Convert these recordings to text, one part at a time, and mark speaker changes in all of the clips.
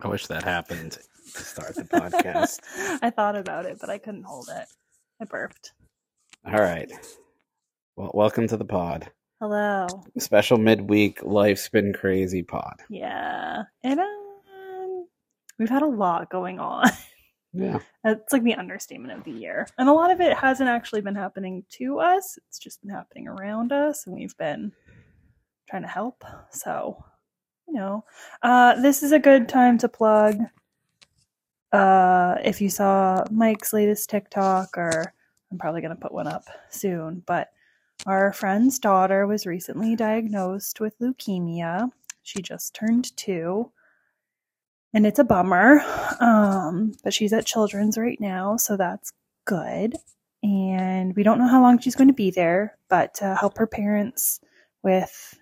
Speaker 1: I wish that happened to start the podcast.
Speaker 2: I thought about it, but I couldn't hold it. I burped.
Speaker 1: All right. Well, welcome to the pod.
Speaker 2: Hello.
Speaker 1: Special midweek Life's Been Crazy pod.
Speaker 2: Yeah. And um, we've had a lot going on.
Speaker 1: Yeah.
Speaker 2: It's like the understatement of the year. And a lot of it hasn't actually been happening to us, it's just been happening around us, and we've been trying to help. So, you know, uh, this is a good time to plug. Uh, if you saw Mike's latest TikTok, or I'm probably going to put one up soon, but our friend's daughter was recently diagnosed with leukemia. She just turned two and it's a bummer. Um, but she's at Children's right now, so that's good. And we don't know how long she's going to be there, but to help her parents with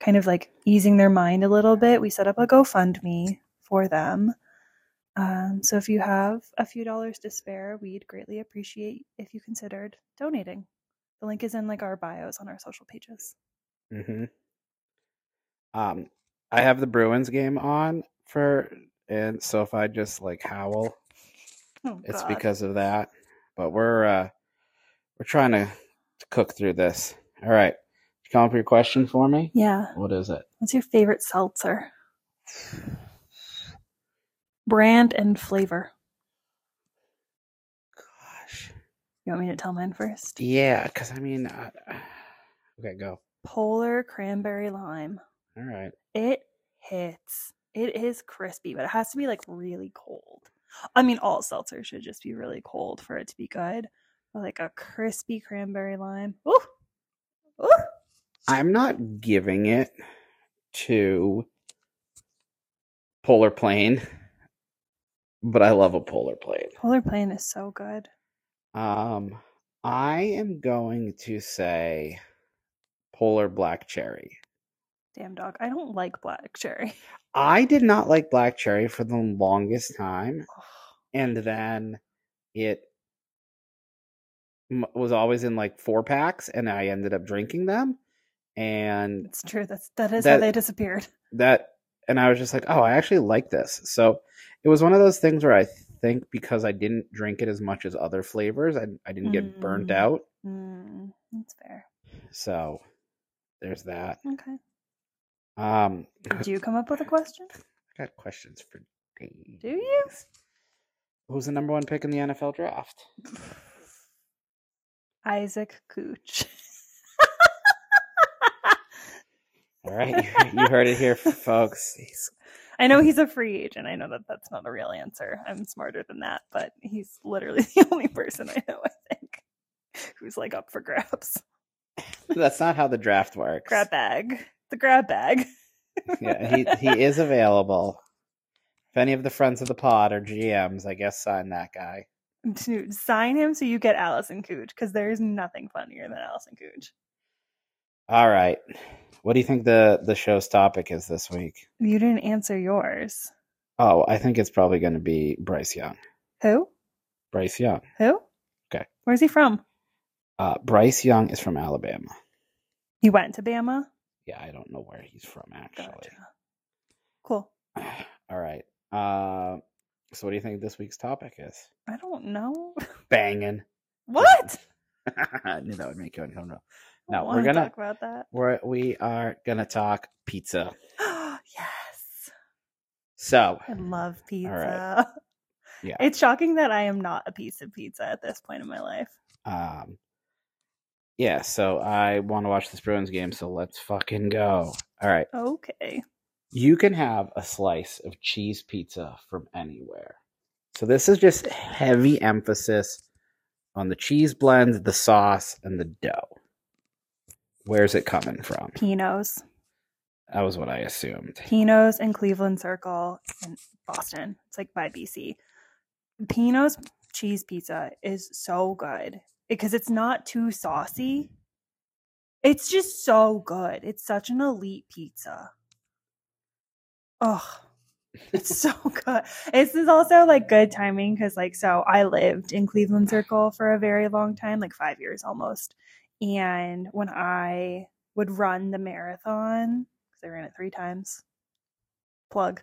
Speaker 2: kind of like easing their mind a little bit, we set up a GoFundMe for them. Um, so if you have a few dollars to spare, we'd greatly appreciate if you considered donating. The link is in like our bios on our social pages.
Speaker 1: Mm-hmm. Um, I have the Bruins game on for, and so if I just like howl,
Speaker 2: Oh,
Speaker 1: it's
Speaker 2: God.
Speaker 1: because of that. But we're uh we're trying to cook through this. All right. You come up with your question for me?
Speaker 2: yeah.
Speaker 1: What is it?
Speaker 2: What's your favorite seltzer? Brand and flavor.
Speaker 1: Gosh.
Speaker 2: You want me to tell mine first?
Speaker 1: Yeah, because I mean, uh, okay, go.
Speaker 2: Polar cranberry lime.
Speaker 1: All right.
Speaker 2: It hits. It is crispy, but it has to be like really cold. I mean, all seltzer should just be really cold for it to be good. But like a crispy cranberry lime. Ooh, ooh.
Speaker 1: I'm not giving it to Polar Plane, but I love a Polar Plane.
Speaker 2: Polar plane is so good.
Speaker 1: Um, I am going to say Polar Black Cherry.
Speaker 2: Damn dog. I don't like black cherry.
Speaker 1: I did not like Black Cherry for the longest time. and then it m- was always in like four packs and i ended up drinking them and
Speaker 2: It's true. That's that is how
Speaker 1: That-
Speaker 2: they disappeared.
Speaker 1: that and i was just like oh i actually like this so it was one of those things where i think because i didn't drink it as much as other flavors i, I didn't get burnt
Speaker 2: Mm.
Speaker 1: out
Speaker 2: Mm, that's fair.
Speaker 1: so there's that
Speaker 2: Okay.
Speaker 1: um
Speaker 2: Do you come up with a question?
Speaker 1: i got questions for days.
Speaker 2: Do you?
Speaker 1: who's the number one pick in the nfl draft
Speaker 2: Isaac Cooch.
Speaker 1: all right you, you heard it here folks he's
Speaker 2: I know he's a free agent. I know that that's not a real answer. I'm smarter than that, but he's literally the only person I know, I think, who's like up for grabs.
Speaker 1: that's not how the draft works
Speaker 2: Grab bag. The grab bag.
Speaker 1: yeah, he he is available. If any of the friends of the pod are GMs, I guess sign that guy.
Speaker 2: Dude, sign him so you get Allison Cooch because there is nothing funnier than Allison Cooch.
Speaker 1: All right. What do you think the the show's topic is this week?
Speaker 2: You didn't answer yours.
Speaker 1: Oh, I think it's probably going to be Bryce Young.
Speaker 2: Who?
Speaker 1: Bryce Young.
Speaker 2: Who?
Speaker 1: Okay.
Speaker 2: Where's he from?
Speaker 1: Uh, Bryce Young is from Alabama.
Speaker 2: He went to Bama.
Speaker 1: Yeah, I don't know where he's from actually.
Speaker 2: Gotcha. Cool.
Speaker 1: All right. Uh, so what do you think this week's topic is?
Speaker 2: I don't know.
Speaker 1: Banging.
Speaker 2: What?
Speaker 1: I knew that would make you uncomfortable.
Speaker 2: I don't
Speaker 1: No, we're
Speaker 2: wanna
Speaker 1: gonna
Speaker 2: talk about that.
Speaker 1: we're, we are gonna talk pizza.
Speaker 2: yes.
Speaker 1: So
Speaker 2: I love pizza.
Speaker 1: Yeah.
Speaker 2: It's shocking that I am not a piece of pizza at this point in my life.
Speaker 1: Um, yeah, so I want to watch this Bruins game, so let's fucking go. All right.
Speaker 2: Okay.
Speaker 1: You can have a slice of cheese pizza from anywhere. So this is just heavy emphasis on the cheese blend, the sauce, and the dough. Where's it coming from?
Speaker 2: Pinos.
Speaker 1: That was what I assumed.
Speaker 2: Pinos in Cleveland Circle in Boston. It's like by BC. Pinos cheese pizza is so good because it's not too saucy. It's just so good. It's such an elite pizza. Oh, it's so good. This is also like good timing because, like, so I lived in Cleveland Circle for a very long time, like five years almost. And when I would run the marathon, because I ran it three times, plug,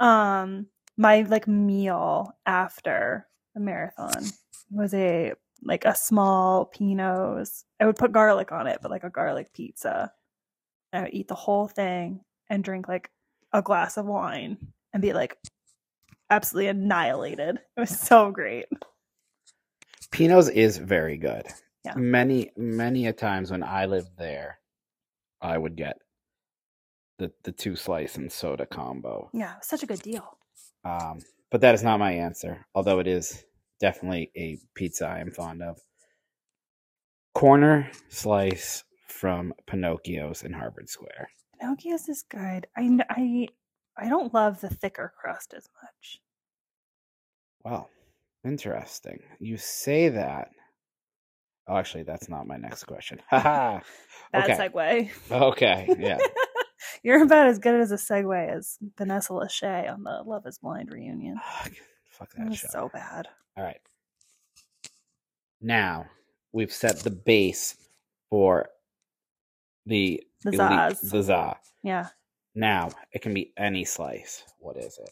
Speaker 2: Um, my like meal after the marathon was a like a small Pino's. I would put garlic on it, but like a garlic pizza. I would eat the whole thing and drink like a glass of wine and be like absolutely annihilated. It was so great.
Speaker 1: Pino's is very good.
Speaker 2: Yeah.
Speaker 1: Many, many a times when I lived there, I would get the the two slice and soda combo.
Speaker 2: Yeah, it was such a good deal.
Speaker 1: Um, but that is not my answer, although it is definitely a pizza I am fond of. Corner slice from Pinocchio's in Harvard Square.
Speaker 2: Pinocchio's is good. I kn- I I don't love the thicker crust as much.
Speaker 1: Well, interesting. You say that. Oh, actually, that's not my next question. Ha ha.
Speaker 2: Bad
Speaker 1: Okay.
Speaker 2: segue.
Speaker 1: Okay. Yeah.
Speaker 2: You're about as good as a segue as Vanessa Lachey on the Love Is Blind reunion.
Speaker 1: Ugh, Fuck
Speaker 2: It
Speaker 1: that
Speaker 2: was
Speaker 1: show.
Speaker 2: so bad.
Speaker 1: All right. Now we've set the base for the
Speaker 2: The
Speaker 1: elite-
Speaker 2: Zaz.
Speaker 1: the za.
Speaker 2: Yeah.
Speaker 1: Now it can be any slice. What is it?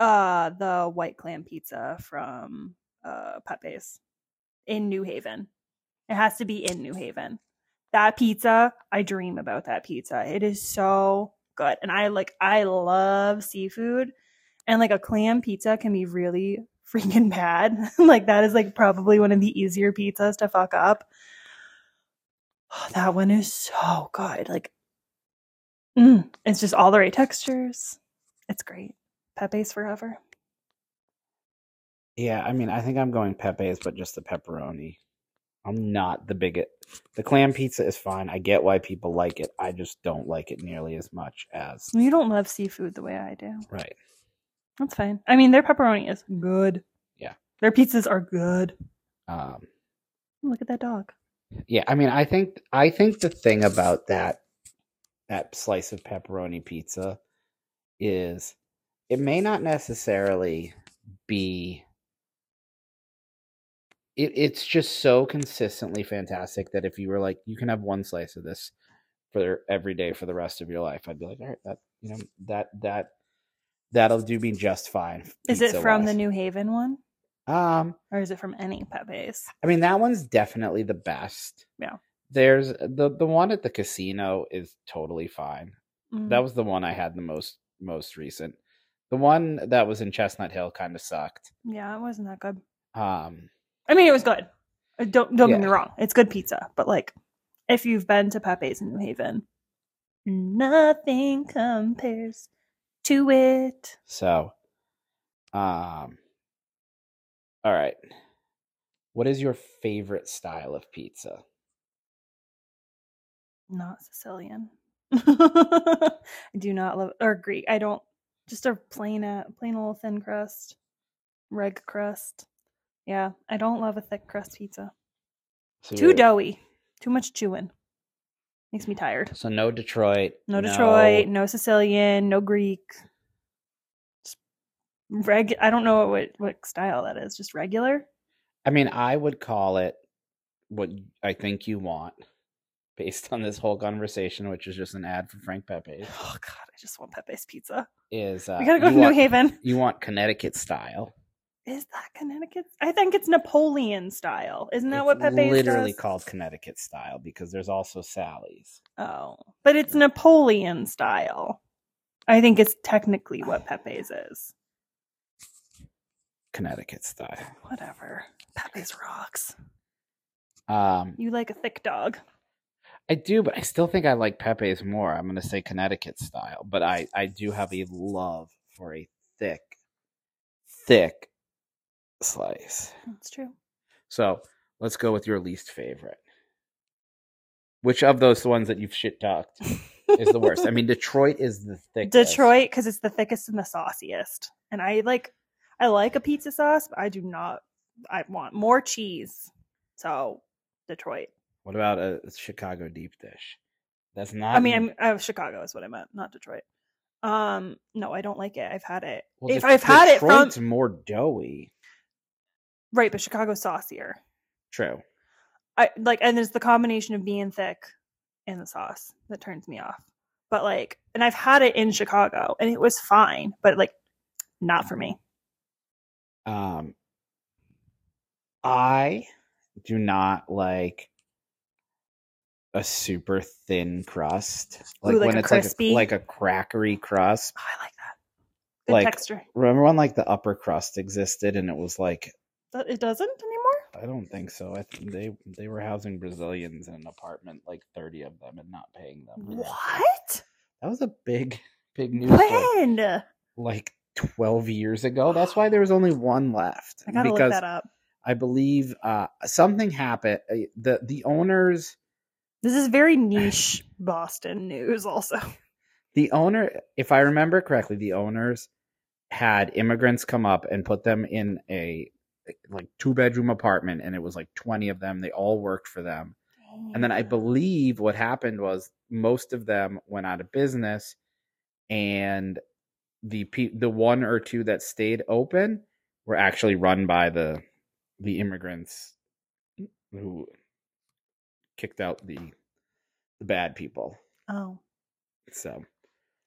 Speaker 2: Uh the white clam pizza from uh Pepe's in New Haven. It has to be in New Haven. That pizza, I dream about that pizza. It is so good. And I like I love seafood. And like a clam pizza can be really freaking bad. like that is like probably one of the easier pizzas to fuck up. Oh, that one is so good. Like mm, it's just all the right textures. It's great. Pepe's forever.
Speaker 1: Yeah, I mean, I think I'm going Pepe's, but just the pepperoni. I'm not the bigot. The clam pizza is fine. I get why people like it. I just don't like it nearly as much as
Speaker 2: You don't love seafood the way I do.
Speaker 1: right.
Speaker 2: That's fine. I mean, their pepperoni is good.
Speaker 1: Yeah.
Speaker 2: Their pizzas are good.
Speaker 1: Um,
Speaker 2: Look at that dog.
Speaker 1: Yeah, I mean, I think I think the thing about that that slice of pepperoni pizza is it may not necessarily be it, it's just so consistently fantastic that if you were like you can have one slice of this for every day for the rest of your life i'd be like all right that you know that that that'll do me just fine
Speaker 2: Is it from the
Speaker 1: pizza-wise."
Speaker 2: New Haven one?
Speaker 1: um
Speaker 2: Or is it from any Pepe's?
Speaker 1: I mean, that one's definitely the best.
Speaker 2: Yeah.
Speaker 1: There's uh, the the one at the casino is totally fine.
Speaker 2: Mm.
Speaker 1: That was the one I had the most most recent. The one that was in Chestnut Hill kind of sucked.
Speaker 2: yeah, it wasn't that good.
Speaker 1: Um
Speaker 2: I mean, it was good. Uh, Don't don't get me
Speaker 1: Yeah.
Speaker 2: wrong. It's good pizza, but like, if you've been to Pepe's in New Haven, nothing compares to it.
Speaker 1: so um all right. What is your favorite style of pizza?
Speaker 2: not Sicilian. I do not love or Greek. I don't just a plain uh, plain old thin crust, reg crust. Yeah, I don't love a thick crust pizza.
Speaker 1: So
Speaker 2: Too
Speaker 1: you're-
Speaker 2: doughy. Too much chewing. Makes me tired.
Speaker 1: So no Detroit.
Speaker 2: No Detroit, no Sicilian, no Greek. Just Reg I don't know what what style that is. Just regular.
Speaker 1: I mean, I would call it what y- I think you want based on this whole conversation, which is just an ad for Frank Pepe's.
Speaker 2: Oh god, I just want Pepe's pizza.
Speaker 1: Is uh,
Speaker 2: we gotta go
Speaker 1: you
Speaker 2: to New
Speaker 1: want-
Speaker 2: Haven.
Speaker 1: You want Connecticut style?
Speaker 2: Is that Connecticut? I think it's Napoleon style. Isn't that
Speaker 1: It's
Speaker 2: what Pepe's
Speaker 1: literally
Speaker 2: does?
Speaker 1: called Connecticut style because there's also Sally's.
Speaker 2: Oh, but it's Napoleon style. I think it's technically what
Speaker 1: Ah.
Speaker 2: Pepe's is.
Speaker 1: Connecticut style.
Speaker 2: Whatever. Pepe's rocks.
Speaker 1: Um,
Speaker 2: You like a thick dog.
Speaker 1: I do, but I still think I like Pepe's more. I'm going to say Connecticut style, but I I do have a love for a thick, thick slice.
Speaker 2: That's true.
Speaker 1: So let's go with your least favorite. Which of those ones that you've shit talked is the worst? I mean, Detroit is the thickest.
Speaker 2: Detroit, because it's the thickest and the sauciest. And I like, I like a pizza sauce, but I do not. I want more cheese. So Detroit.
Speaker 1: What about a Chicago deep dish? That's not.
Speaker 2: I mean, I'm, uh, Chicago is what I meant, not Detroit. Um, no, I don't like it. I've had it.
Speaker 1: Well,
Speaker 2: if
Speaker 1: Det-
Speaker 2: I've had it from-
Speaker 1: Detroit's more doughy.
Speaker 2: Right, but Chicago's saucier.
Speaker 1: True.
Speaker 2: I like, and there's the combination of being thick and the sauce that turns me off. but like, and I've had it in Chicago and it was fine, but like, not for me. Oh,
Speaker 1: Um, I do not like a super thin crust, like,
Speaker 2: Ooh, like
Speaker 1: when
Speaker 2: a
Speaker 1: it's
Speaker 2: crispy?
Speaker 1: like a, like a crackery crust.
Speaker 2: Oh, I like that. Good
Speaker 1: Like-
Speaker 2: texture.
Speaker 1: Remember when like the upper crust existed and it was like
Speaker 2: That it doesn't anymore.
Speaker 1: I don't think so. I think they they were housing Brazilians in an apartment, like thirty of them, and not paying them. rent.
Speaker 2: What?
Speaker 1: That was a big big Oh, news. story,
Speaker 2: When? I
Speaker 1: Like twelve years ago. That's why there was only one left.
Speaker 2: gotta look
Speaker 1: because
Speaker 2: that up.
Speaker 1: I believe uh, something happened. uh, the The owners,
Speaker 2: This is very niche Boston news. Also,
Speaker 1: the owner, if I remember correctly, the owners had immigrants come up and put them in a like two bedroom apartment, and it was like twenty of them. They all worked for them. And then I believe what happened was most of them went out of business, and the pe- the one or two that stayed open were actually run by the the immigrants who kicked out the the bad people.
Speaker 2: oh
Speaker 1: So,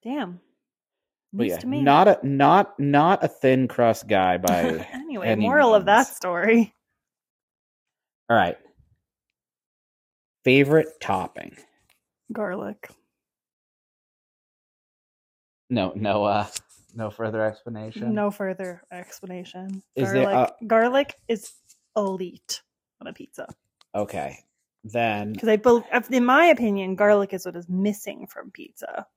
Speaker 2: damn,
Speaker 1: but
Speaker 2: news
Speaker 1: yeah,
Speaker 2: to me.
Speaker 1: not a not not a thin crust guy by.
Speaker 2: anyway,
Speaker 1: any
Speaker 2: moral of that
Speaker 1: means.
Speaker 2: story.
Speaker 1: All right, favorite topping.
Speaker 2: Garlic.
Speaker 1: No, no, uh, no further explanation.
Speaker 2: No further explanation.
Speaker 1: Is there
Speaker 2: garlic. garlic is elite on a pizza
Speaker 1: Okay. Then
Speaker 2: because I bel uh, in my opinion, garlic is what is missing from pizza.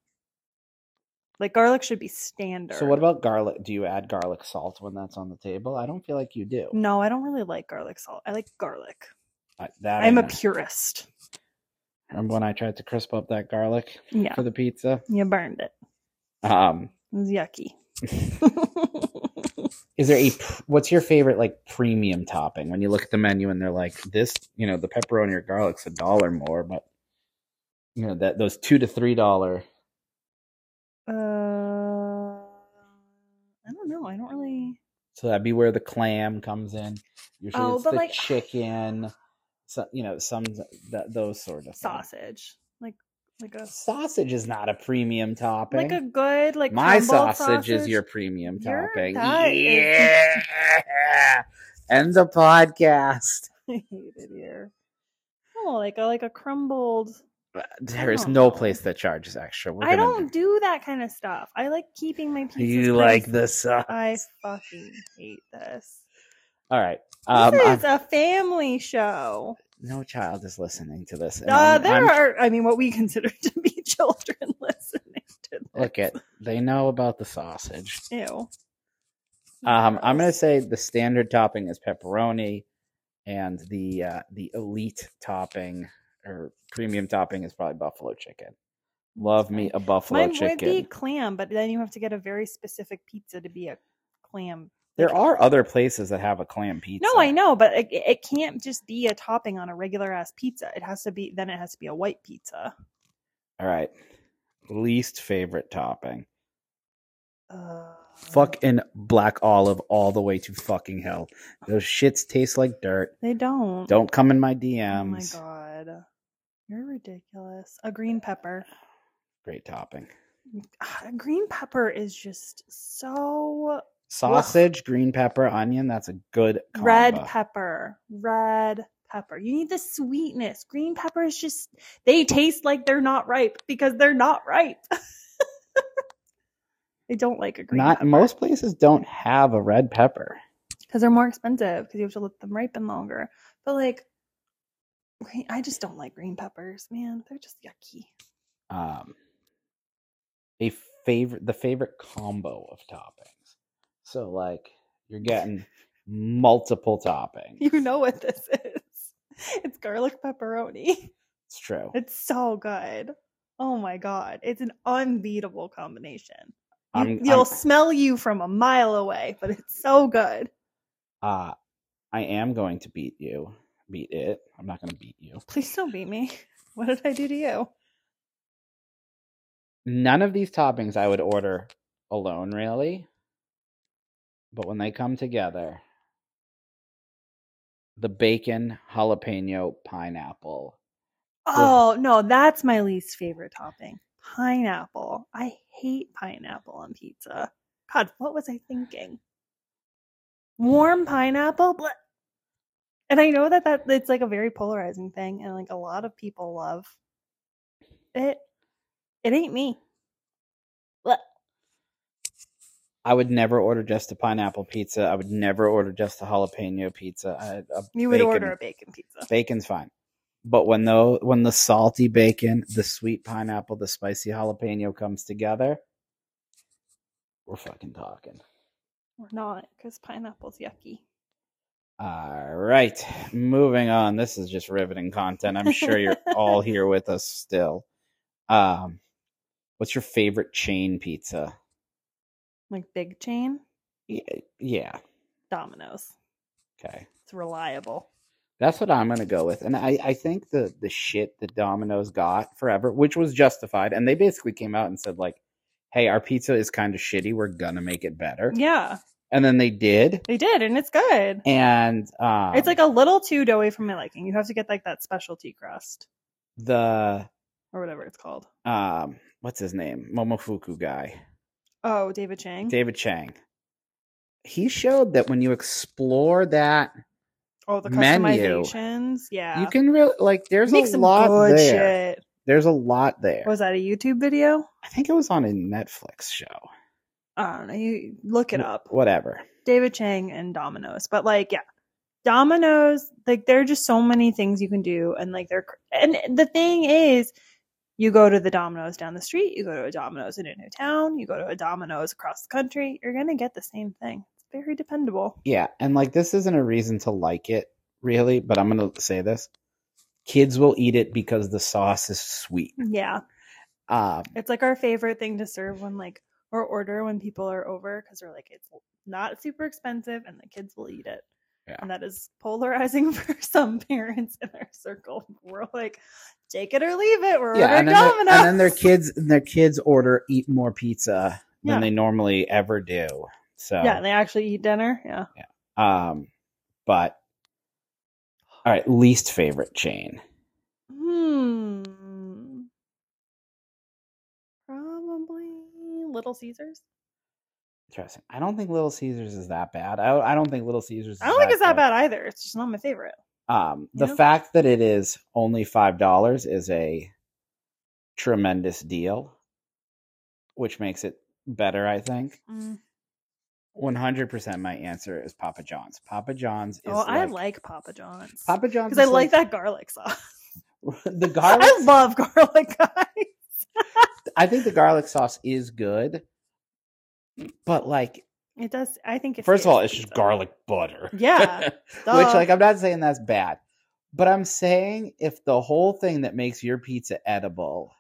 Speaker 2: Like garlic should be standard.
Speaker 1: so what about garlic? Do you add garlic salt when that's on the table? I don't feel like you do.
Speaker 2: No, I don't really like garlic salt. I like garlic.
Speaker 1: I, that
Speaker 2: I'm
Speaker 1: I
Speaker 2: a
Speaker 1: know.
Speaker 2: purist.
Speaker 1: Remember when I tried to crisp up that garlic
Speaker 2: Yeah,
Speaker 1: for the pizza?
Speaker 2: you burned it.
Speaker 1: Um
Speaker 2: It was yucky.
Speaker 1: is there a pr- what's your favorite like premium topping when you look at the menu and they're like this, you know, the pepperoni or garlic's a dollar more, but you know that those 2 to 3 dollar
Speaker 2: uh, I don't know. I don't really.
Speaker 1: so that'd be where the clam comes in. Usually
Speaker 2: Oh,
Speaker 1: it's
Speaker 2: but
Speaker 1: the
Speaker 2: like-
Speaker 1: chicken, so, you know, some th- those sort of things.
Speaker 2: sausage like like a
Speaker 1: Sausage is not a premium topping.
Speaker 2: like a good like
Speaker 1: My
Speaker 2: crumbled
Speaker 1: sausage, is your premium
Speaker 2: Your
Speaker 1: topping.
Speaker 2: diet
Speaker 1: Yeah.
Speaker 2: is-
Speaker 1: End the podcast.
Speaker 2: I hate it here. Oh, like a like a crumbled.
Speaker 1: There is
Speaker 2: Oh.
Speaker 1: no place that charges extra. We're
Speaker 2: I
Speaker 1: gonna-
Speaker 2: don't do that kind of stuff. I like keeping my pizza.
Speaker 1: You like the sauce?
Speaker 2: I fucking hate this.
Speaker 1: All right. Um,
Speaker 2: This
Speaker 1: I'm-
Speaker 2: is a family show.
Speaker 1: no child is listening to this. and
Speaker 2: Uh,
Speaker 1: I'm-
Speaker 2: there
Speaker 1: I'm-
Speaker 2: are, I mean, what we consider to be children listening to this.
Speaker 1: Look at they know about the sausage.
Speaker 2: Ew.
Speaker 1: Um, I'm gonna say the standard topping is pepperoni, and the uh, the elite topping or premium topping is probably buffalo chicken. Love me a buffalo
Speaker 2: Mine
Speaker 1: chicken.
Speaker 2: would be clam, but then you have to get a very specific pizza to be a clam.
Speaker 1: There are other places that have a clam pizza.
Speaker 2: No, I know, but it, it can't just be a topping on a regular ass pizza. It has to be then it has to be a white pizza.
Speaker 1: All right. Least favorite topping.
Speaker 2: Uh,
Speaker 1: Fucking black olive all the way to fucking hell. Those shits taste like dirt.
Speaker 2: They don't.
Speaker 1: Don't come in my
Speaker 2: Oh my
Speaker 1: DMs.
Speaker 2: god, you're ridiculous. A green pepper.
Speaker 1: Great topping.
Speaker 2: Ah, A green pepper is just so
Speaker 1: Sausage, green pepper, onion. That's a good combo.
Speaker 2: red pepper. Red pepper. You need the sweetness. Green pepper is just they taste like they're not ripe because they're not ripe. I don't like a green
Speaker 1: Not most places don't have a red pepper.
Speaker 2: because they're more expensive because you have to let them ripen longer. But like, green- I just don't like green peppers, man. They're just yucky.
Speaker 1: Um, a favorite, the favorite combo of toppings. So like you're getting multiple toppings.
Speaker 2: You know what this is? It's garlic pepperoni.
Speaker 1: It's true.
Speaker 2: It's so good. Oh my god, it's an unbeatable combination. You,
Speaker 1: I'm, I'm-
Speaker 2: will smell you from a mile away, but it's so good.
Speaker 1: uh, I am going to beat you. Beat it. I'm not going to beat you.
Speaker 2: Please don't beat me. What did I do to you?
Speaker 1: None of these toppings I would order alone, really. But when they come together, the bacon, jalapeno, pineapple.
Speaker 2: Oh no, that's my least favorite topping. pineapple. I hate pineapple on pizza. God, what was I thinking? Warm pineapple, bleh. and I know that that it's like a very polarizing thing, and like a lot of people love it. It ain't me. Bleh.
Speaker 1: I would never order just a pineapple pizza. I would never order just a jalapeno pizza. I, a
Speaker 2: You would
Speaker 1: bacon-
Speaker 2: order a bacon pizza.
Speaker 1: bacon's fine. But when the when the salty bacon, the sweet pineapple, the spicy jalapeno comes together, we're fucking talking.
Speaker 2: Or not, because pineapple's yucky.
Speaker 1: All right, moving on. This is just riveting content. I'm sure you're all here with us still. Um, what's your favorite chain pizza?
Speaker 2: Like big chain,
Speaker 1: Y- Yeah,
Speaker 2: Domino's.
Speaker 1: okay,
Speaker 2: It's reliable.
Speaker 1: that's what I'm gonna go with. And I I think the the shit that Domino's got forever, which was justified, and they basically came out and said like, "Hey, our pizza is kind of shitty. We're gonna make it better."
Speaker 2: Yeah,
Speaker 1: and then they did
Speaker 2: they did, and it's good.
Speaker 1: and um,
Speaker 2: it's like a little too doughy for my liking. You have to get like that specialty crust
Speaker 1: the
Speaker 2: or whatever it's called.
Speaker 1: um what's his name momofuku guy
Speaker 2: Oh, David Chang.
Speaker 1: david chang he showed that when you explore that
Speaker 2: oh, the
Speaker 1: menu.
Speaker 2: customizations. Yeah,
Speaker 1: you can really like there's
Speaker 2: make
Speaker 1: a
Speaker 2: some
Speaker 1: lot
Speaker 2: good
Speaker 1: there
Speaker 2: shit.
Speaker 1: there's a lot there
Speaker 2: Was that a YouTube video?
Speaker 1: i think it was on a netflix show
Speaker 2: I don't know. You look it
Speaker 1: Wh-
Speaker 2: up.
Speaker 1: whatever
Speaker 2: David Chang and Domino's. But like, yeah, Domino's, like, there are just so many things you can do. And like, they're, cr- and the thing is, you go to the Domino's down the street, you go to a Domino's in a new town, you go to a Domino's across the country, you're going to get the same thing. It's very dependable.
Speaker 1: yeah and like this isn't a reason to like it really but i'm gonna say this kids will eat it because the sauce is sweet
Speaker 2: Yeah.
Speaker 1: um
Speaker 2: Mm. It's like our favorite thing to serve when like, or order when people are over because we're like, it's not super expensive and the kids will eat it.
Speaker 1: Yeah.
Speaker 2: And that is polarizing for some parents in our circle. We're like, take it or leave it. We're
Speaker 1: yeah,
Speaker 2: ordering
Speaker 1: and then, their-
Speaker 2: Domino's.
Speaker 1: and then their kids and their kids order eat more pizza
Speaker 2: Yeah.
Speaker 1: than they normally ever do. So
Speaker 2: Yeah, they actually eat dinner. Yeah.
Speaker 1: um but all right, least favorite chain.
Speaker 2: Hmm. Probably Little Caesars.
Speaker 1: Interesting. I don't think Little Caesars is that bad. I, I don't think Little Caesars is
Speaker 2: I don't think it's that
Speaker 1: good.
Speaker 2: bad either. It's just not my favorite.
Speaker 1: Um the
Speaker 2: Yeah.
Speaker 1: fact that it is only five dollars is a tremendous deal, which makes it better, I think.
Speaker 2: Mm.
Speaker 1: One hundred percent my answer is Papa John's. Papa John's is
Speaker 2: Oh, I like Papa John's
Speaker 1: Papa John's
Speaker 2: because I
Speaker 1: is
Speaker 2: like that garlic sauce.
Speaker 1: the garlic.
Speaker 2: I love garlic, guys.
Speaker 1: I think the garlic sauce is good, but like,
Speaker 2: It does. I think it.
Speaker 1: first of all, it's
Speaker 2: tastes
Speaker 1: just
Speaker 2: pizza.
Speaker 1: garlic butter.
Speaker 2: Yeah,
Speaker 1: which
Speaker 2: duh.
Speaker 1: like I'm not saying that's bad, but I'm saying if the whole thing that makes your pizza edible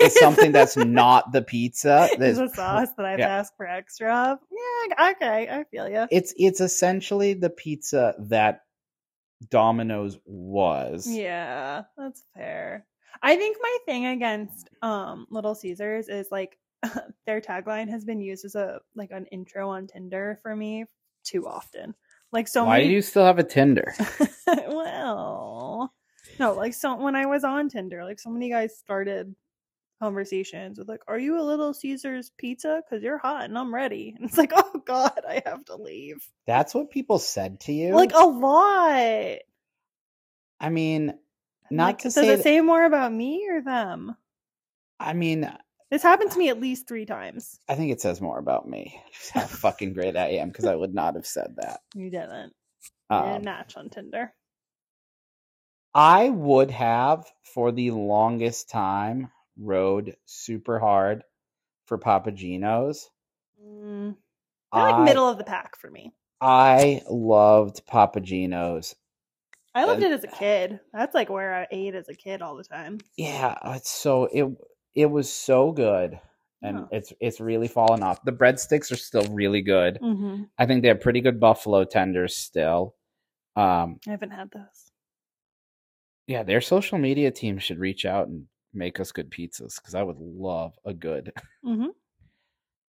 Speaker 1: is something that's not the pizza,
Speaker 2: is
Speaker 1: that's
Speaker 2: a sauce that I have
Speaker 1: yeah.
Speaker 2: to ask for extra of. Yeah. Okay, I feel you.
Speaker 1: it's it's essentially the pizza that Domino's was.
Speaker 2: Yeah, that's fair. I think my thing against um Little Caesars is like their tagline has been used as a like an intro on Tinder for me too often. Like so
Speaker 1: Why
Speaker 2: many
Speaker 1: do you still have a Tinder?
Speaker 2: well no, like so when I was on Tinder, like so many guys started conversations with like, Are you a little Caesars pizza? Because you're hot and I'm ready. And it's like, oh god, I have to leave.
Speaker 1: That's what people said to you.
Speaker 2: Like oh, a lot.
Speaker 1: I mean,
Speaker 2: I'm
Speaker 1: Not
Speaker 2: like,
Speaker 1: to
Speaker 2: does
Speaker 1: say
Speaker 2: it
Speaker 1: that-
Speaker 2: say more about me or them?
Speaker 1: I mean,
Speaker 2: This happened to me at least three times.
Speaker 1: I think it says more about me. Just how fucking great I am because I would not have said that.
Speaker 2: You didn't. You didn't
Speaker 1: Um,
Speaker 2: match on Tinder.
Speaker 1: I would have for the longest time rode super hard for Papagenos.
Speaker 2: Mm, they're like
Speaker 1: I,
Speaker 2: middle of the pack for me.
Speaker 1: I loved Papagenos.
Speaker 2: I loved
Speaker 1: uh,
Speaker 2: it as a kid. That's like where I ate as a kid all the time.
Speaker 1: Yeah, it's so it it was so good. And
Speaker 2: Yeah.
Speaker 1: it's it's really fallen off. The breadsticks are still really good.
Speaker 2: Mm-hmm.
Speaker 1: I think they have pretty good buffalo tenders still. Um,
Speaker 2: I haven't had those.
Speaker 1: Yeah, their social media team should reach out and make us good pizzas because I would love a good.
Speaker 2: Mm-hmm.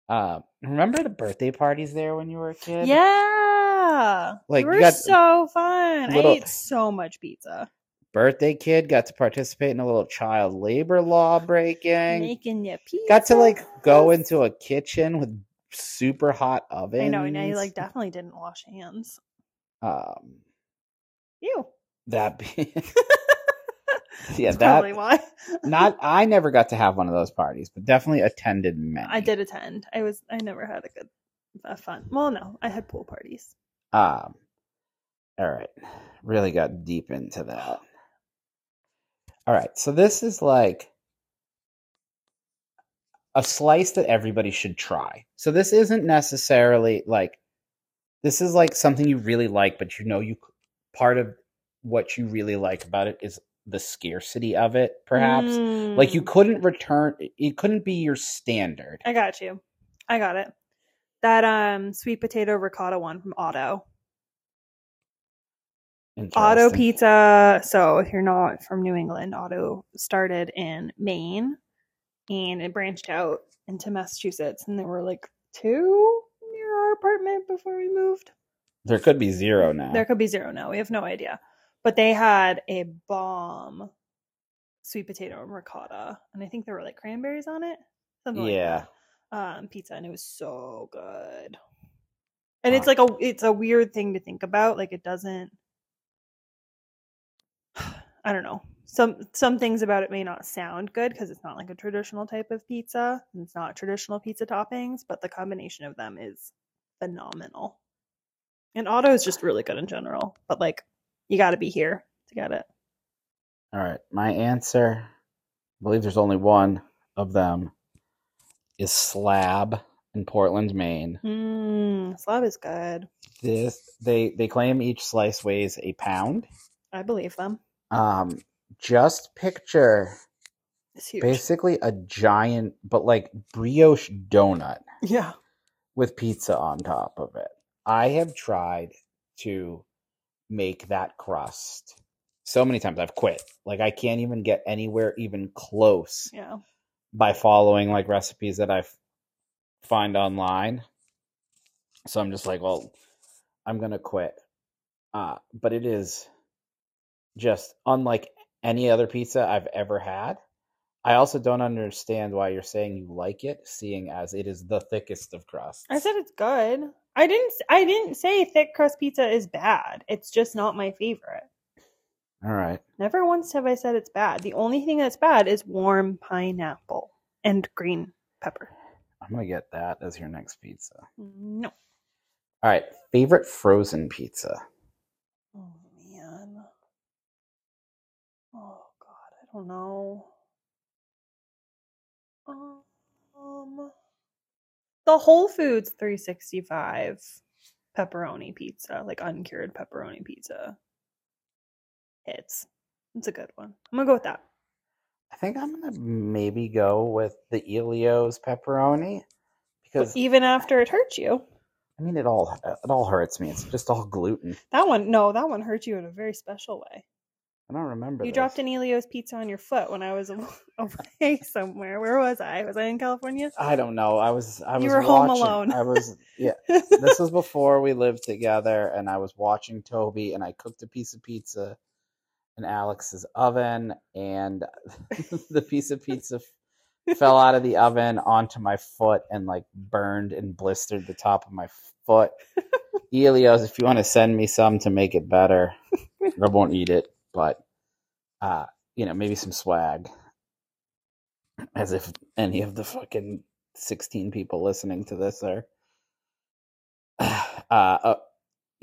Speaker 1: Uh, remember the birthday parties there when you were a kid?
Speaker 2: Yeah,
Speaker 1: Like,
Speaker 2: they
Speaker 1: you
Speaker 2: were
Speaker 1: got
Speaker 2: so fun.
Speaker 1: little-
Speaker 2: I ate so much pizza.
Speaker 1: birthday kid got to participate in a little child labor law breaking.
Speaker 2: Making your pizza.
Speaker 1: got to like go into a kitchen with super hot ovens.
Speaker 2: I know. Now you like definitely didn't wash hands.
Speaker 1: um
Speaker 2: You.
Speaker 1: that be yeah
Speaker 2: That's
Speaker 1: that
Speaker 2: probably why.
Speaker 1: not I never got to have one of those parties, but definitely attended many.
Speaker 2: I did attend. I was. I never had a good, a fun. Well, no, I had pool parties.
Speaker 1: Um, all right. Really got deep into that. All right. So this is like a slice that everybody should try. So this isn't necessarily like this is like something you really like, but you know you c- part of what you really like about it is the scarcity of it, perhaps. Like you
Speaker 2: Mm.
Speaker 1: couldn't return it couldn't be your standard.
Speaker 2: I got you. I got it. That um sweet potato ricotta one from Auto. Auto
Speaker 1: Interesting.
Speaker 2: Pizza. So if you're not from New England, Auto started in Maine and it branched out into Massachusetts. And there were like two near our apartment before we moved.
Speaker 1: There could be zero now.
Speaker 2: There could be zero now. We have no idea. But they had a bomb sweet potato and ricotta. And I think there were like cranberries on it. Something like
Speaker 1: Yeah.
Speaker 2: that. Um, pizza. And it was so good. And it's like a it's a weird thing to think about. Like it doesn't I don't know. Some some things about it may not sound good because it's not like a traditional type of pizza. and It's not traditional pizza toppings, but the combination of them is phenomenal. And auto is just really good in general, but like you got to be here to get it.
Speaker 1: All right. My answer, I believe there's only one of them, is Slab in Portland, Maine.
Speaker 2: Mm, slab is good.
Speaker 1: This they they claim each slice weighs a pound.
Speaker 2: I believe them.
Speaker 1: Um, just picture
Speaker 2: It's huge.
Speaker 1: basically a giant, but like brioche donut
Speaker 2: Yeah.
Speaker 1: with pizza on top of it. I have tried to make that crust so many times. I've quit. Like I can't even get anywhere even close
Speaker 2: Yeah.
Speaker 1: by following like recipes that I f- find online. So I'm just like, well, I'm gonna quit. Uh, but it is just unlike any other pizza I've ever had. I also don't understand why you're saying you like it, seeing as it is the thickest of crust.
Speaker 2: I said it's good. I didn't I didn't say thick crust pizza is bad. It's just not my favorite.
Speaker 1: All right.
Speaker 2: Never once have I said it's bad. The only thing that's bad is warm pineapple and green pepper.
Speaker 1: I'm gonna get that as your next pizza.
Speaker 2: No.
Speaker 1: All right. Favorite frozen pizza.
Speaker 2: Oh man. Oh god, I don't know. Um the Whole Foods 365 pepperoni pizza, like uncured pepperoni pizza. It's it's a good one. I'm gonna go with that.
Speaker 1: I think I'm gonna maybe go with the Elio's pepperoni
Speaker 2: But
Speaker 1: because
Speaker 2: even after it hurts you,
Speaker 1: I mean, it all it all hurts me. It's just all gluten.
Speaker 2: that one no, that one hurt you in a very special way.
Speaker 1: I don't remember.
Speaker 2: You
Speaker 1: this.
Speaker 2: dropped an Elio's pizza on your foot when I was aw- away somewhere. Where was I? Was I in California?
Speaker 1: I don't know. I was. I
Speaker 2: You
Speaker 1: was.
Speaker 2: were home
Speaker 1: watching-
Speaker 2: alone.
Speaker 1: I was. Yeah. This was before we lived together, and I was watching Toby, and I cooked a piece of pizza in Alex's oven, and the piece of pizza f- fell out of the oven onto my foot and like burned and blistered the top of my foot. Elios, if you want to send me some to make it better, I won't eat it, but uh, you know, maybe some swag. As if any of the fucking 16 people listening to this are uh, uh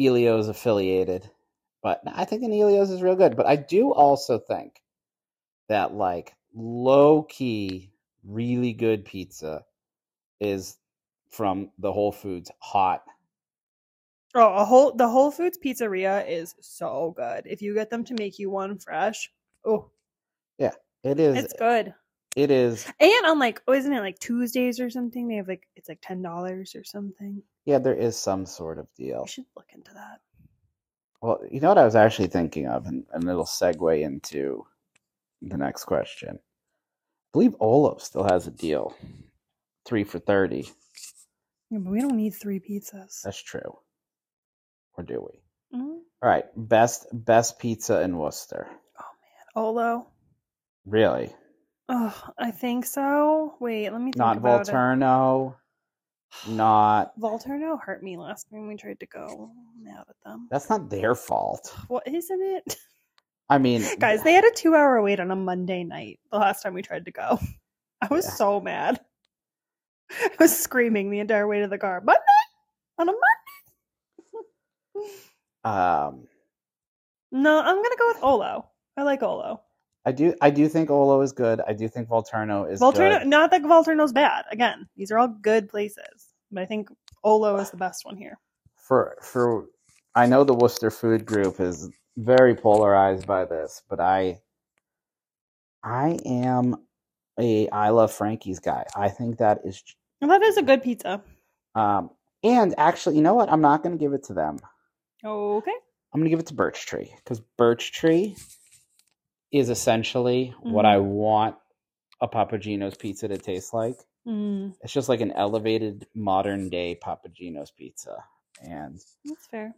Speaker 1: Elio's affiliated. But I think an Elio's is real good. But I do also think that like low key, really good pizza is from the Whole Foods hot.
Speaker 2: Oh, a whole the Whole Foods pizzeria is so good. If you get them to make you one fresh, oh,
Speaker 1: It is
Speaker 2: it's good.
Speaker 1: it is
Speaker 2: And on like, oh, isn't it like Tuesdays or something? They have like it's like ten dollars or something.
Speaker 1: yeah, there is some sort of deal.
Speaker 2: I should look into that.
Speaker 1: Well, you know what I was actually thinking of, and, and it'll segue into the next question. I believe Olaf still has a deal. Three for 30.
Speaker 2: Yeah, but we don't need three pizzas.
Speaker 1: That's true. Or do we?
Speaker 2: Mm.
Speaker 1: All right. Best best pizza in Worcester.
Speaker 2: Oh Olo.
Speaker 1: Really?
Speaker 2: Oh, I think so. Wait, let me think
Speaker 1: Not
Speaker 2: about it.
Speaker 1: Volturno. Not.
Speaker 2: Volturno hurt me last time we tried to go out at them.
Speaker 1: That's not their fault.
Speaker 2: Well, isn't it?
Speaker 1: I mean,
Speaker 2: Guys, they had a two hour wait on a Monday night the last time we tried to go. I was
Speaker 1: Yeah.
Speaker 2: so mad. I was screaming the entire way to the car. Monday? On a Monday?
Speaker 1: um,
Speaker 2: No, I'm going to go with Olo. I like Olo.
Speaker 1: I do. I do think Olo is good. I do think Volturno is
Speaker 2: Volturno,
Speaker 1: good.
Speaker 2: not that Volturno's bad. Again, these are all good places. But I think Olo is the best one here.
Speaker 1: for for. I know the Worcester food group is very polarized by this, but I, I am a I love Frankie's guy. I think that is
Speaker 2: And that is a good pizza.
Speaker 1: Um, and actually, you know what? I'm not going to give it to them.
Speaker 2: Okay.
Speaker 1: I'm going to give it to Birch Tree because Birch Tree is essentially what I
Speaker 2: Mm-hmm.
Speaker 1: want a Papagino's pizza to taste like.
Speaker 2: Mm,
Speaker 1: It's just like an elevated modern day Papagino's pizza. And
Speaker 2: that's fair.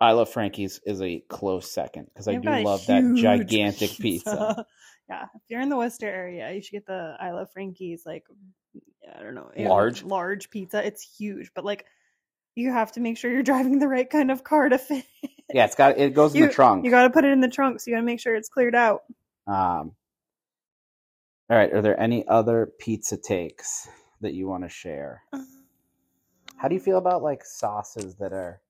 Speaker 1: I Love Frankie's is a close second because I
Speaker 2: They've
Speaker 1: do
Speaker 2: got a
Speaker 1: love that
Speaker 2: huge
Speaker 1: gigantic pizza.
Speaker 2: yeah, if you're in the Worcester area, you should get the I Love Frankie's like I don't know it-
Speaker 1: Large?
Speaker 2: large pizza. It's huge, but like you have to make sure you're driving the right kind of car to fit.
Speaker 1: Yeah, it's got it goes in the trunk.
Speaker 2: You got to put it in the trunk, so you got to make sure it's cleared out.
Speaker 1: um, all right, are there any other pizza takes that you want to share? How do you feel about like sauces that are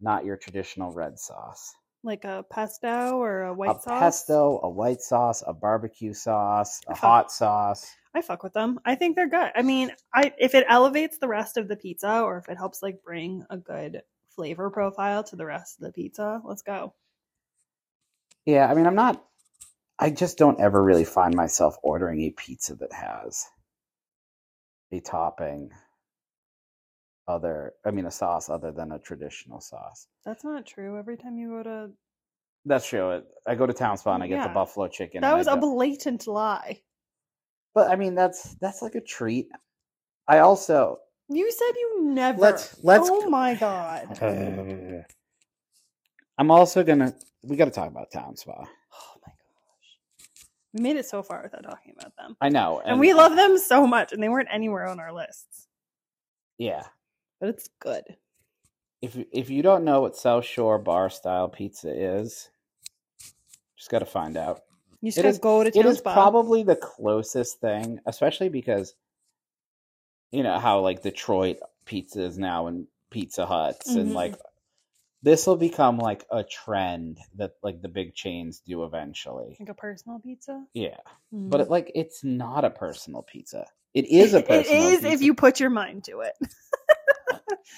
Speaker 1: not your traditional red sauce?
Speaker 2: Like a pesto or a white
Speaker 1: a
Speaker 2: sauce?
Speaker 1: pesto, a white sauce, a barbecue sauce, a
Speaker 2: I fuck-
Speaker 1: hot sauce.
Speaker 2: I fuck with them. I think they're good. I mean, I if it elevates the rest of the pizza or if it helps like bring a good flavor profile to the rest of the pizza, let's go.
Speaker 1: Yeah, I mean, I'm not. I just don't ever really find myself ordering a pizza that has a topping other. I mean, a sauce other than a traditional sauce.
Speaker 2: That's not true. Every time you go to
Speaker 1: That's true. I go to Town Spa and I get the
Speaker 2: Yeah.
Speaker 1: buffalo chicken.
Speaker 2: that
Speaker 1: and I
Speaker 2: was a
Speaker 1: don't-
Speaker 2: blatant lie.
Speaker 1: but I mean, that's that's like a treat. I also
Speaker 2: You said you never.
Speaker 1: Let's- let's-
Speaker 2: Oh my god.
Speaker 1: Uh, I'm also gonna. We got to talk about Town Spa.
Speaker 2: Oh my gosh. We made it so far without talking about them,
Speaker 1: I know,
Speaker 2: and, we love them so much, and they weren't anywhere on our lists.
Speaker 1: Yeah,
Speaker 2: But it's good.
Speaker 1: if you- if you don't know what South Shore bar style pizza is, just got to find out.
Speaker 2: You
Speaker 1: It
Speaker 2: should
Speaker 1: is-
Speaker 2: go to
Speaker 1: It
Speaker 2: Town
Speaker 1: is
Speaker 2: Spa.
Speaker 1: probably the closest thing, especially because you know how like Detroit pizza is now in Pizza Huts, and
Speaker 2: Mhm.
Speaker 1: like this will become like a trend that like the big chains do eventually.
Speaker 2: like a personal pizza.
Speaker 1: Yeah.
Speaker 2: Mm.
Speaker 1: but it, like it's not a personal pizza. It is a personal.
Speaker 2: It is if
Speaker 1: pizza.
Speaker 2: you put your mind to it.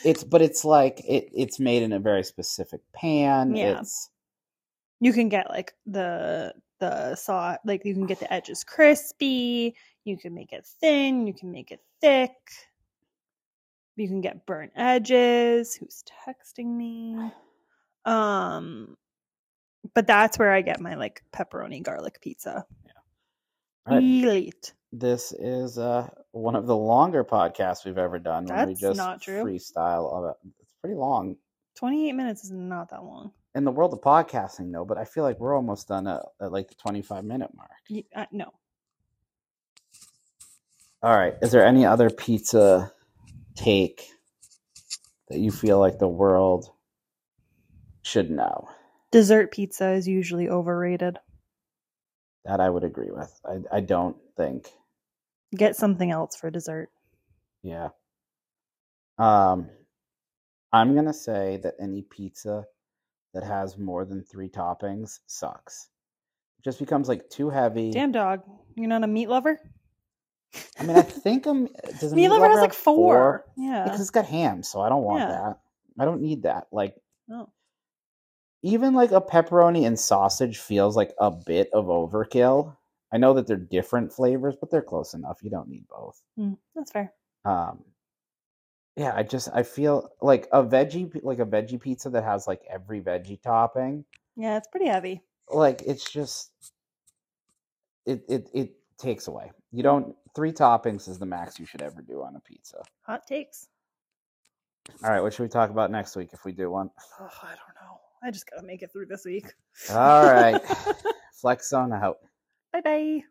Speaker 1: It's but it's like it. It's made in a very specific pan.
Speaker 2: Yeah.
Speaker 1: It's
Speaker 2: you can get like the the saw like you can get the edges crispy you can make it thin you can make it thick you can get burnt edges who's texting me um but that's where i get my like pepperoni garlic pizza
Speaker 1: Alright.
Speaker 2: Mm. elite
Speaker 1: this is uh one of the longer podcasts we've ever done. when we
Speaker 2: That's
Speaker 1: just
Speaker 2: not true.
Speaker 1: freestyle. Of it. It's pretty long
Speaker 2: 28 minutes is not that long
Speaker 1: in the world of podcasting, though. But I feel like we're almost done at, at like the twenty-five minute mark.
Speaker 2: You- uh, no
Speaker 1: All right. Is there any other pizza take that you feel like the world should know?
Speaker 2: dessert pizza is usually overrated
Speaker 1: That I would agree with. I, I don't think
Speaker 2: get something else for dessert
Speaker 1: Yeah. Um, I'm gonna say that any pizza that has more than three toppings sucks. Just becomes like too heavy.
Speaker 2: damn dog you're not a meat lover
Speaker 1: I mean, I think I'm. Does a
Speaker 2: meat lover has
Speaker 1: have
Speaker 2: like four, yeah
Speaker 1: Because it's got ham, so I don't want
Speaker 2: Yeah.
Speaker 1: that. I don't need that. Like,
Speaker 2: No.
Speaker 1: even like a pepperoni and sausage feels like a bit of overkill. I know that they're different flavors, but they're close enough. You don't need both.
Speaker 2: Mm, that's fair.
Speaker 1: um yeah i just i feel like a veggie p- like a veggie pizza that has like every veggie topping
Speaker 2: Yeah, it's pretty heavy.
Speaker 1: like it's just it it it takes away you don't three toppings is the max you should ever do on a pizza
Speaker 2: Hot takes.
Speaker 1: all right what should we talk about next week if we do one
Speaker 2: Ugh, I don't know. I just gotta make it through this week.
Speaker 1: All right. Flex on out.
Speaker 2: Bye bye.